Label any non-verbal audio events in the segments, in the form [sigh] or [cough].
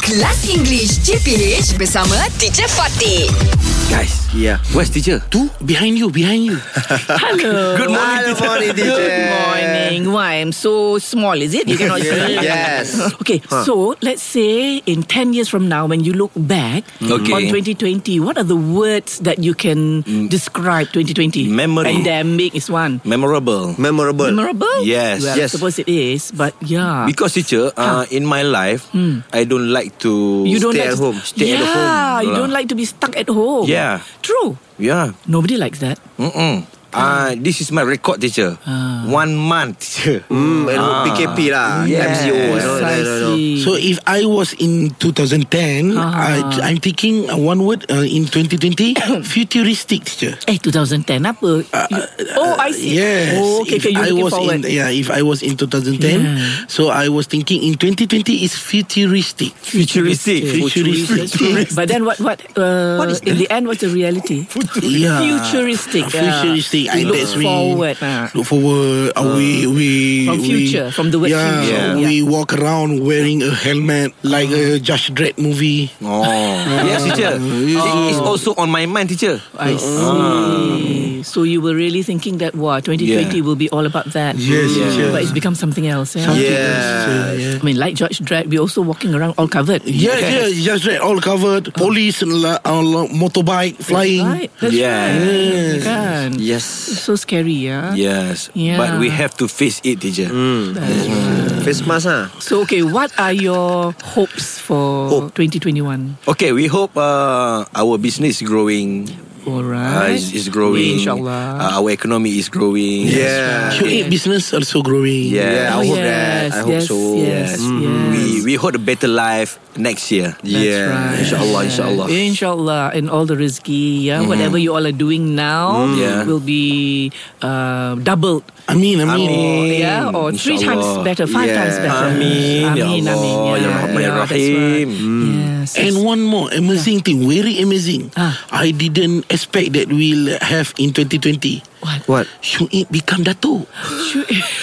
Kelas English CPH bersama Teacher Fatih. Guys, Yeah. where's teacher? Tu behind you, behind you. Hello. Good morning, Good teacher. morning, teacher. Good morning. Why I'm so small, is it? You [laughs] cannot see. Yes. [laughs] Okay, so let's say in 10 years from now, when you look back Okay. on 2020, what are the words that you can describe 2020? Memory. Pandemic is one. Memorable. Memorable. Memorable? Yes. Well, Yes. I suppose it is, but yeah. Because teacher, uh, in my life, I don't like to. you don't stay like at to- home. Stay yeah, at home. you Lah. don't like to be stuck at home. Yeah. True. Yeah. Nobody likes that. Mm-mm. Uh, this is my record, teacher. One month, teacher. Hmm, and PKP lah. Yes. MCO. No, no, no, Oh, no. Precisely. So if I was in 2010, Uh-huh. I, I'm thinking uh, one word uh, in [coughs] 2020, futuristic teacher. Eh 2010 apa You- Oh I see Uh, Yes. Oh okay, if okay you I looking was forward in yeah, if I was in 2010, Yeah. so I was thinking in 2020 is futuristic. Futuristic. Futuristic. [laughs] But then what what, uh, In the end what's the reality Yeah. Futuristic yeah. Futuristic. To I- look that's we- forward ah. Look forward. Uh, we we From we- future, from the word yeah, future. so Yeah. Uh-huh. We walk around wearing a helmet like a Judge Dredd movie. Oh. yes, teacher. It is also on my mind, teacher. I see So you were really thinking that Wow 2020 Yeah. will be all about that Yes, Mm. yes. But it's become something else yeah? Yeah. I mean like George Dredd We're also walking around all covered Yeah, yeah, Judge Dredd all Ah. covered. Police, la, uh, motorbike, flying. Right That's Yeah. right You can. Yes. So scary yeah Yes. Yeah. But we have to face it, teacher. Face mask lah. So okay, what are your hopes for 2021? Okay, we hope uh, our business growing. All Uh, right. is, is growing. Inshallah. Uh, our economy is growing. Yeah. QA business also growing. Yeah. Yeah, I Oh, hope yes, that. I hope yes, so. yes, yes. Mm. We we hope a better life next year. That's Yeah. right. InsyaAllah, insyaAllah. Inshallah, and all the rizki, yeah, whatever you all are doing now Yeah. will be uh, doubled, I mean, I mean, or, yeah, or three times Inshallah. better, five Yeah. times better. Amin. Ya Amin, Allah. amin, Ya yeah, Rahman, Ya yeah, that's Rahim. right. Yes, yes. And one more amazing thing, very amazing. Ah. I didn't expect that we'll have in 2020. what? What? Shuib become dato.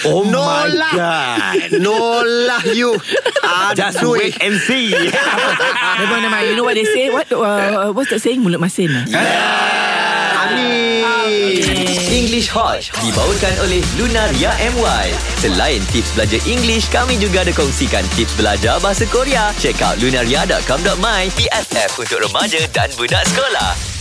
Oh No my lah. god. no lah you. Just Aduh. eh. wait and see. Never, never mind. You know what they say? What? Uh, what's that saying? Mulut masin. ah? Amin. English Hot dibawakan oleh Lunaria MY. Selain tips belajar English, kami juga ada kongsikan tips belajar bahasa Korea. Check out lunaria.com.my, PFF untuk remaja dan budak sekolah.